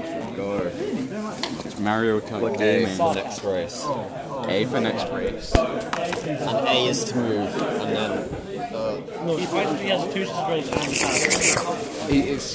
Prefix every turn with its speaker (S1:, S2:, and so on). S1: go.
S2: It's Mario Kart
S1: What A
S2: Gaming.
S1: for next race?
S2: A for next race.
S1: And A is to move, and then
S3: He basically has two screens.
S2: It- It's